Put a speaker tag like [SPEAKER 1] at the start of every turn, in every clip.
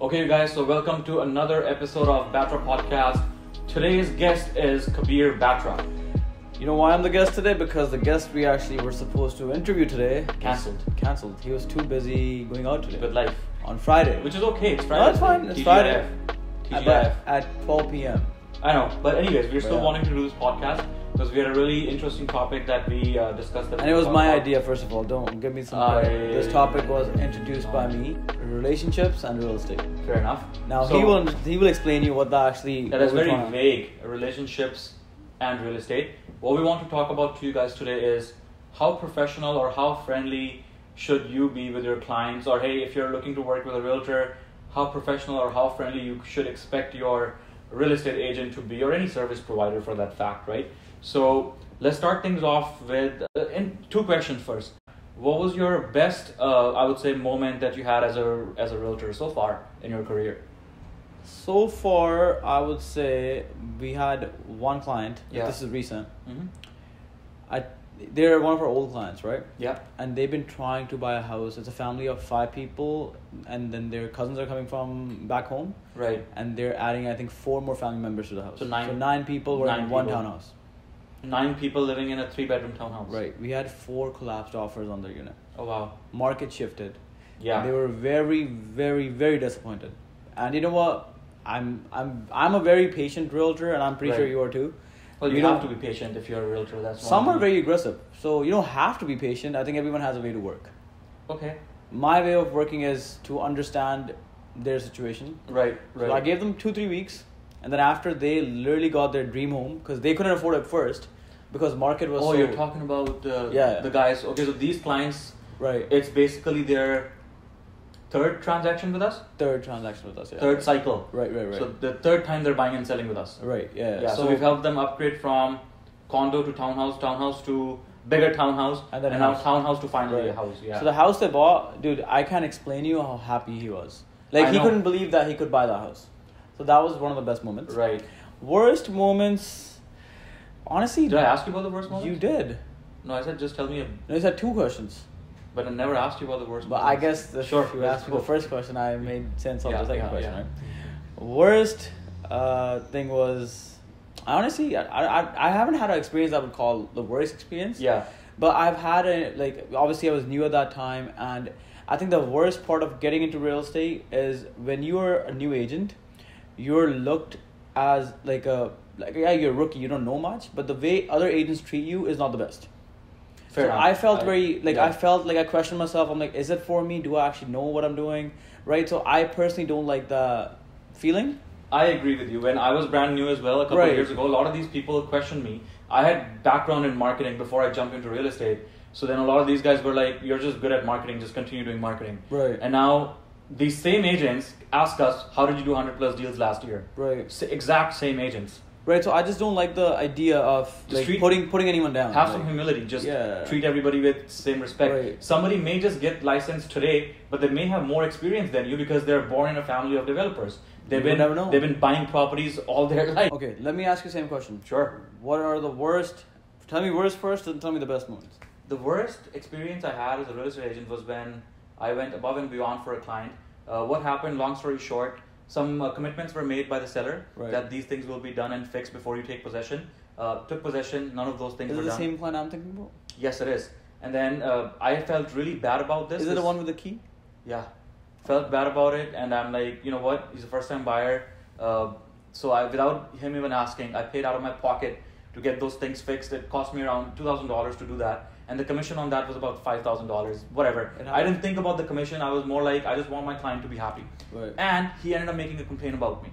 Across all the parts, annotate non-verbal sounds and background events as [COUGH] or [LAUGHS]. [SPEAKER 1] Okay, you guys, so welcome to another episode of Batra Podcast. Today's guest is Kabir Batra.
[SPEAKER 2] You know why I'm the guest today? Because the guest we actually were supposed to interview today was
[SPEAKER 1] Cancelled.
[SPEAKER 2] Cancelled. He was too busy going out today.
[SPEAKER 1] With life.
[SPEAKER 2] on Friday,
[SPEAKER 1] Which is okay, it's Friday.
[SPEAKER 2] no, it's fine. It's
[SPEAKER 1] TGIF.
[SPEAKER 2] Friday. At,
[SPEAKER 1] TGIF.
[SPEAKER 2] at 12 p.m.
[SPEAKER 1] I know, but anyways, we're still
[SPEAKER 2] Yeah.
[SPEAKER 1] wanting to do this podcast because we had a really interesting topic that we uh, discussed. that
[SPEAKER 2] And
[SPEAKER 1] we
[SPEAKER 2] it was
[SPEAKER 1] thought
[SPEAKER 2] my
[SPEAKER 1] about.
[SPEAKER 2] idea, first of all. Don't give me some
[SPEAKER 1] I-
[SPEAKER 2] credit. This topic was introduced by me: relationships and real estate.
[SPEAKER 1] Fair enough.
[SPEAKER 2] Now
[SPEAKER 1] So-
[SPEAKER 2] he will he will explain you what that actually.
[SPEAKER 1] That
[SPEAKER 2] what
[SPEAKER 1] is
[SPEAKER 2] we're
[SPEAKER 1] very
[SPEAKER 2] trying-
[SPEAKER 1] vague. Relationships and real estate. What we want to talk about to you guys today is how professional or how friendly should you be with your clients, or hey, if you're looking to work with a realtor, how professional or how friendly you should expect your real estate agent to be, or any service provider for that fact, right? So let's start things off with uh, in two questions first. What was your best, uh, I would say, moment that you had as a as a realtor so far in your career?
[SPEAKER 2] So far, I would say we had one client.
[SPEAKER 1] Yeah.
[SPEAKER 2] This is recent.
[SPEAKER 1] Mm-hmm.
[SPEAKER 2] I, they're one of our old clients, right?
[SPEAKER 1] Yeah.
[SPEAKER 2] and they've been trying to buy a house. It's a family of five people, and then their cousins are coming from back home,
[SPEAKER 1] Right.
[SPEAKER 2] and they're adding, I think, four more family members to the house.
[SPEAKER 1] So nine-
[SPEAKER 2] people were
[SPEAKER 1] nine
[SPEAKER 2] in one
[SPEAKER 1] people.
[SPEAKER 2] townhouse.
[SPEAKER 1] Nine people living in a three bedroom townhouse.
[SPEAKER 2] Right. We had four collapsed offers on their unit.
[SPEAKER 1] Oh wow.
[SPEAKER 2] Market shifted.
[SPEAKER 1] Yeah.
[SPEAKER 2] They were very, very, very disappointed. And you know what? I'm I'm I'm a very patient realtor, and I'm pretty sure
[SPEAKER 1] Right.
[SPEAKER 2] you are too.
[SPEAKER 1] well, you,
[SPEAKER 2] you
[SPEAKER 1] have
[SPEAKER 2] don't-
[SPEAKER 1] to be patient if you're a realtor. That's one
[SPEAKER 2] Some
[SPEAKER 1] thing.
[SPEAKER 2] are very aggressive, so you don't have to be patient. I think everyone has a way to work.
[SPEAKER 1] okay.
[SPEAKER 2] My way of working is to understand their situation,
[SPEAKER 1] Right. Right.
[SPEAKER 2] So I gave them two, three weeks, and then after they literally got their dream home because they couldn't afford it first because market was.
[SPEAKER 1] Oh,
[SPEAKER 2] so,
[SPEAKER 1] you're talking about uh,
[SPEAKER 2] Yeah.
[SPEAKER 1] the guys. Okay, so these clients,
[SPEAKER 2] right.
[SPEAKER 1] it's basically their third transaction with us,
[SPEAKER 2] Third transaction with us. Yeah.
[SPEAKER 1] third cycle.
[SPEAKER 2] Right, right, right.
[SPEAKER 1] So the third time they're buying and selling with us.
[SPEAKER 2] right. Yeah.
[SPEAKER 1] Yeah. So, we've helped them upgrade from condo to townhouse, townhouse to bigger townhouse,
[SPEAKER 2] And then
[SPEAKER 1] now
[SPEAKER 2] house.
[SPEAKER 1] townhouse to finally
[SPEAKER 2] Right.
[SPEAKER 1] a house. Yeah.
[SPEAKER 2] So the house they bought, dude, I can't explain you how happy he was. Like
[SPEAKER 1] I
[SPEAKER 2] he
[SPEAKER 1] know.
[SPEAKER 2] couldn't believe that he could buy the house. So that was one of the best moments.
[SPEAKER 1] right.
[SPEAKER 2] Worst moments. Honestly,
[SPEAKER 1] Did I ask you about the worst moment?
[SPEAKER 2] you did.
[SPEAKER 1] No, I said just tell me a
[SPEAKER 2] No, you had two questions.
[SPEAKER 1] But I never asked you about the worst.
[SPEAKER 2] But I
[SPEAKER 1] moments.
[SPEAKER 2] guess the,
[SPEAKER 1] sure.
[SPEAKER 2] if you
[SPEAKER 1] let's
[SPEAKER 2] asked me the
[SPEAKER 1] go.
[SPEAKER 2] first question, I made sense of
[SPEAKER 1] Yeah,
[SPEAKER 2] the second
[SPEAKER 1] yeah,
[SPEAKER 2] question,
[SPEAKER 1] yeah.
[SPEAKER 2] right? Worst uh, thing was, honestly, I, I, I haven't had an experience I would call the worst experience.
[SPEAKER 1] Yeah.
[SPEAKER 2] But I've had a, like, obviously I was new at that time, and I think the worst part of getting into real estate is when you are a new agent, you're looked as like a, like, yeah, you're a rookie, you don't know much, but the way other agents treat you is not the best
[SPEAKER 1] Fair
[SPEAKER 2] so
[SPEAKER 1] enough.
[SPEAKER 2] I felt
[SPEAKER 1] I-
[SPEAKER 2] very like
[SPEAKER 1] yeah.
[SPEAKER 2] I felt like I questioned myself. I'm like, is it for me? Do I actually know what I'm doing? Right. So I personally don't like the feeling.
[SPEAKER 1] I agree with you. When I was brand new as well, a couple of
[SPEAKER 2] Right.
[SPEAKER 1] years ago, a lot of these people questioned me. I had background in marketing before I jumped into real estate. So then a lot of these guys were like, "You're just good at marketing. Just continue doing marketing."
[SPEAKER 2] Right.
[SPEAKER 1] And now these same agents ask us, "How did you do 100 plus deals last year?"
[SPEAKER 2] Right.
[SPEAKER 1] S- exact same agents.
[SPEAKER 2] Right. So I just don't like the idea of
[SPEAKER 1] Just
[SPEAKER 2] like
[SPEAKER 1] treat-
[SPEAKER 2] putting putting anyone down.
[SPEAKER 1] Have
[SPEAKER 2] like-
[SPEAKER 1] some humility. Just
[SPEAKER 2] Yeah.
[SPEAKER 1] treat everybody with same respect.
[SPEAKER 2] Right.
[SPEAKER 1] Somebody may just get licensed today, but they may have more experience than you because they're born in a family of developers. They've
[SPEAKER 2] You
[SPEAKER 1] been
[SPEAKER 2] never know.
[SPEAKER 1] they've been buying properties all their [LAUGHS] life.
[SPEAKER 2] Okay. Let me ask you the same question.
[SPEAKER 1] Sure.
[SPEAKER 2] What are the worst? Tell me worst first, and tell me the best moments.
[SPEAKER 1] The worst experience I had as a real estate agent was when I went above and beyond for a client. Uh, what happened? Long story short, some uh, commitments were made by the seller
[SPEAKER 2] Right.
[SPEAKER 1] that these things will be done and fixed before you take possession. Uh, took possession. None of those things
[SPEAKER 2] Is
[SPEAKER 1] were
[SPEAKER 2] it the
[SPEAKER 1] done.
[SPEAKER 2] same client I'm thinking about?
[SPEAKER 1] Yes, it is. And then uh, I felt really bad about this.
[SPEAKER 2] Is it the
[SPEAKER 1] This-
[SPEAKER 2] one with the key?
[SPEAKER 1] yeah felt bad about it and i'm like you know what he's a first time buyer uh, so i without him even asking i paid out of my pocket to get those things fixed it cost me around $2000 to do that and the commission on that was about $5000 whatever
[SPEAKER 2] And how-
[SPEAKER 1] i didn't think about the commission i was more like i just want my client to be happy
[SPEAKER 2] Right.
[SPEAKER 1] and he ended up making a complaint about me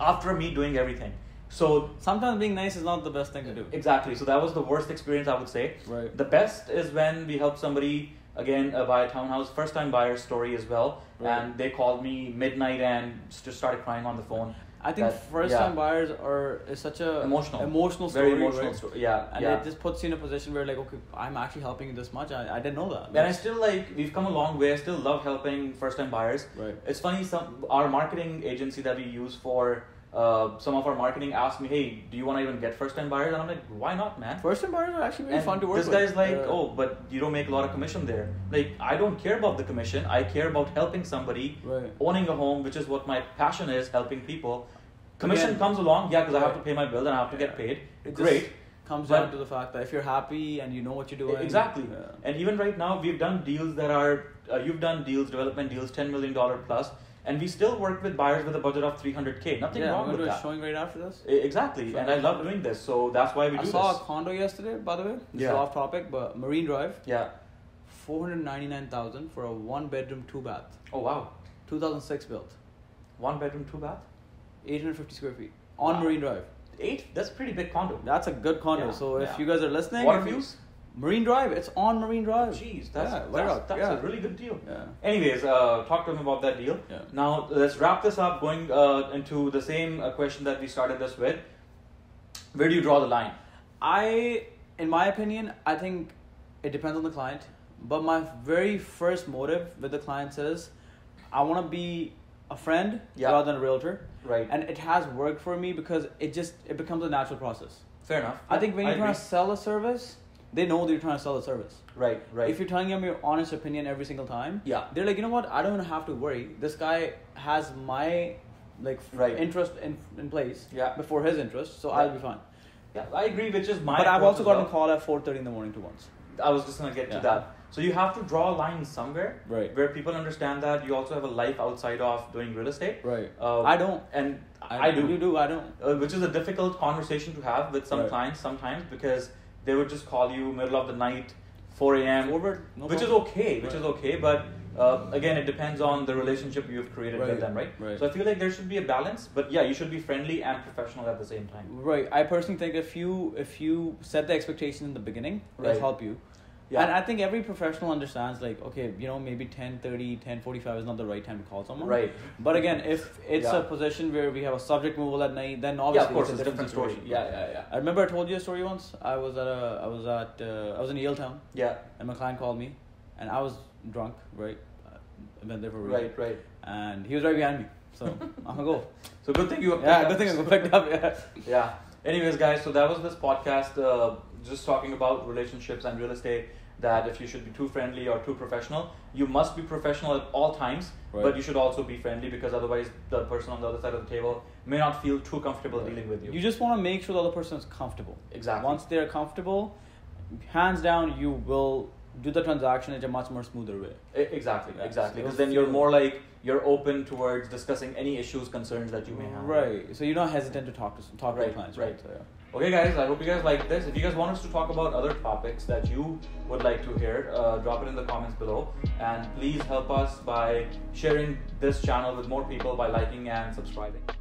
[SPEAKER 1] after me doing everything so
[SPEAKER 2] Sometimes being nice is not the best thing to do.
[SPEAKER 1] Exactly. So that was the worst experience I would say.
[SPEAKER 2] Right.
[SPEAKER 1] The best is when we helped somebody again uh, buy a townhouse, first time buyer story as well,
[SPEAKER 2] Right.
[SPEAKER 1] and they called me midnight and just started crying on the phone.
[SPEAKER 2] I think
[SPEAKER 1] That-
[SPEAKER 2] first
[SPEAKER 1] yeah.
[SPEAKER 2] time buyers are is such a
[SPEAKER 1] Emotional.
[SPEAKER 2] emotional story,
[SPEAKER 1] Very emotional
[SPEAKER 2] right?
[SPEAKER 1] story. Yeah,
[SPEAKER 2] and
[SPEAKER 1] yeah.
[SPEAKER 2] it just puts you in a position where like, okay, I'm actually helping you this much. I, I didn't know that.
[SPEAKER 1] And I still like we've come a long way. I still love helping first time buyers.
[SPEAKER 2] Right.
[SPEAKER 1] It's funny some our marketing agency that we use for Uh, some of our marketing asked me, "Hey, do you want to even get first-time buyers?" And I'm like, "Why not, man?"
[SPEAKER 2] First time buyers are actually really
[SPEAKER 1] And
[SPEAKER 2] fun to work
[SPEAKER 1] this
[SPEAKER 2] with.
[SPEAKER 1] guy's like,
[SPEAKER 2] Uh,
[SPEAKER 1] "Oh, but you don't make a lot of commission there." Like, I don't care about the commission. I care about helping somebody,
[SPEAKER 2] Right.
[SPEAKER 1] owning a home, which is what my passion is, helping people. Commission
[SPEAKER 2] Again-
[SPEAKER 1] comes along, yeah, because I have to
[SPEAKER 2] Right.
[SPEAKER 1] pay my bill and I have to
[SPEAKER 2] Yeah.
[SPEAKER 1] get paid.
[SPEAKER 2] It just
[SPEAKER 1] Great,
[SPEAKER 2] comes
[SPEAKER 1] But- E-,
[SPEAKER 2] down to the fact that if you're happy and you know what you're doing.
[SPEAKER 1] Exactly.
[SPEAKER 2] yeah.
[SPEAKER 1] And even right now, we've done deals that are, uh, you've done deals, development deals, $10 million plus, and we still work with buyers with a budget of 300K. Nothing
[SPEAKER 2] yeah,
[SPEAKER 1] wrong
[SPEAKER 2] we're
[SPEAKER 1] with
[SPEAKER 2] gonna do a
[SPEAKER 1] that.
[SPEAKER 2] showing right after this.
[SPEAKER 1] E- exactly. And I love doing this, so that's why we
[SPEAKER 2] I
[SPEAKER 1] do
[SPEAKER 2] saw
[SPEAKER 1] this.
[SPEAKER 2] a condo yesterday, by the way. This is
[SPEAKER 1] Yeah.
[SPEAKER 2] off topic, but Marine Drive,
[SPEAKER 1] Yeah.
[SPEAKER 2] four hundred ninety nine thousand for a one bedroom, two bath,
[SPEAKER 1] Oh, wow.
[SPEAKER 2] two thousand six built,
[SPEAKER 1] One bedroom, two bath?
[SPEAKER 2] eight hundred fifty square feet on
[SPEAKER 1] Wow.
[SPEAKER 2] Marine Drive.
[SPEAKER 1] Eight? That's a pretty big condo.
[SPEAKER 2] That's a good condo.
[SPEAKER 1] Yeah,
[SPEAKER 2] so if
[SPEAKER 1] yeah.
[SPEAKER 2] you guys are listening,
[SPEAKER 1] Water
[SPEAKER 2] if you-
[SPEAKER 1] views?
[SPEAKER 2] Marine Drive, it's on Marine Drive.
[SPEAKER 1] Jeez, that's,
[SPEAKER 2] Yeah,
[SPEAKER 1] that's,
[SPEAKER 2] right up,
[SPEAKER 1] that's
[SPEAKER 2] yeah.
[SPEAKER 1] a really good deal.
[SPEAKER 2] yeah.
[SPEAKER 1] Anyways, uh, talk to him about that deal.
[SPEAKER 2] Yeah.
[SPEAKER 1] Now let's wrap this up. Going uh, into the same uh, question that we started this with. Where do you draw the line?
[SPEAKER 2] I, in my opinion, I think it depends on the client. But my very first motive with the clients is, I want to be a friend
[SPEAKER 1] Yeah.
[SPEAKER 2] rather than a realtor,
[SPEAKER 1] Right.
[SPEAKER 2] and it has worked for me because it just it becomes a natural process.
[SPEAKER 1] Fair enough.
[SPEAKER 2] I think when you're trying
[SPEAKER 1] agree.
[SPEAKER 2] to sell a service, they know that you're trying to sell a service.
[SPEAKER 1] Right, right.
[SPEAKER 2] If you're telling them your honest opinion every single time,
[SPEAKER 1] Yeah.
[SPEAKER 2] they're like, you know what? I don't have to worry. This guy has my like f-
[SPEAKER 1] Right.
[SPEAKER 2] interest in in place
[SPEAKER 1] Yeah.
[SPEAKER 2] before his interest, so
[SPEAKER 1] Yeah.
[SPEAKER 2] I'll be fine.
[SPEAKER 1] yeah, I agree, which is my.
[SPEAKER 2] but I've
[SPEAKER 1] approach
[SPEAKER 2] also
[SPEAKER 1] as
[SPEAKER 2] gotten
[SPEAKER 1] well.
[SPEAKER 2] called at four thirty in the morning to once.
[SPEAKER 1] I was just gonna get
[SPEAKER 2] Yeah.
[SPEAKER 1] to that. So you have to draw a line somewhere,
[SPEAKER 2] Right.
[SPEAKER 1] Where people understand that you also have a life outside of doing real estate.
[SPEAKER 2] Right.
[SPEAKER 1] Uh,
[SPEAKER 2] I don't.
[SPEAKER 1] and I, do.
[SPEAKER 2] You do. I don't.
[SPEAKER 1] uh, which is a difficult conversation to have with some
[SPEAKER 2] Right.
[SPEAKER 1] clients sometimes because they would just call you middle of the night, 4 a.m.
[SPEAKER 2] Forward, no
[SPEAKER 1] which
[SPEAKER 2] problem.
[SPEAKER 1] is okay, which
[SPEAKER 2] Right.
[SPEAKER 1] is okay, but uh, again, it depends on the relationship you've created
[SPEAKER 2] Right,
[SPEAKER 1] with them, right?
[SPEAKER 2] right.
[SPEAKER 1] So I feel like there should be a balance, but yeah, you should be friendly and professional at the same time.
[SPEAKER 2] Right. I personally think if you if you set the expectation in the beginning,
[SPEAKER 1] Right.
[SPEAKER 2] it'll help you.
[SPEAKER 1] Yeah.
[SPEAKER 2] And I think every professional understands like, okay, you know, maybe 10, 10:45 is not the right time to call someone.
[SPEAKER 1] Right.
[SPEAKER 2] But again, if it's
[SPEAKER 1] Yeah.
[SPEAKER 2] a position where we have a subject moval at night, then obviously
[SPEAKER 1] yeah, of course,
[SPEAKER 2] it's a different
[SPEAKER 1] story.
[SPEAKER 2] situation.
[SPEAKER 1] Yeah, yeah, yeah.
[SPEAKER 2] I remember I told you a story once. I was at a, I was at, uh, I was in Yale Town,
[SPEAKER 1] Yeah,
[SPEAKER 2] and my client called me, and I was drunk, right? I've been there for a reason.
[SPEAKER 1] right, right.
[SPEAKER 2] and he was right behind me.
[SPEAKER 1] [LAUGHS]
[SPEAKER 2] So I'm gonna go.
[SPEAKER 1] So good thing you have
[SPEAKER 2] Yeah,
[SPEAKER 1] picked up.
[SPEAKER 2] good thing I got picked up. Yeah.
[SPEAKER 1] yeah. Anyways, guys, so that was this podcast, uh, just talking about relationships and real estate. That if you should be too friendly or too professional, you must be professional at all times,
[SPEAKER 2] Right.
[SPEAKER 1] [LAUGHS] but you should also be friendly because otherwise, the person on the other side of the table may not feel too comfortable dealing with you.
[SPEAKER 2] You just want to make sure the other person is comfortable.
[SPEAKER 1] Exactly.
[SPEAKER 2] Once they're comfortable, hands down, you will do the transaction in a much more smoother way.
[SPEAKER 1] E- exactly,
[SPEAKER 2] Yeah,
[SPEAKER 1] exactly.
[SPEAKER 2] so
[SPEAKER 1] Because then
[SPEAKER 2] feel-
[SPEAKER 1] you're more like you're open towards discussing any issues, concerns that you may have.
[SPEAKER 2] Right. So you're not hesitant to talk to talk to
[SPEAKER 1] Right,
[SPEAKER 2] your clients.
[SPEAKER 1] right.
[SPEAKER 2] So, yeah.
[SPEAKER 1] Okay, guys, I hope you guys like this. If you guys want us to talk about other topics that you would like to hear, uh, drop it in the comments below. And please help us by sharing this channel with more people by liking and subscribing.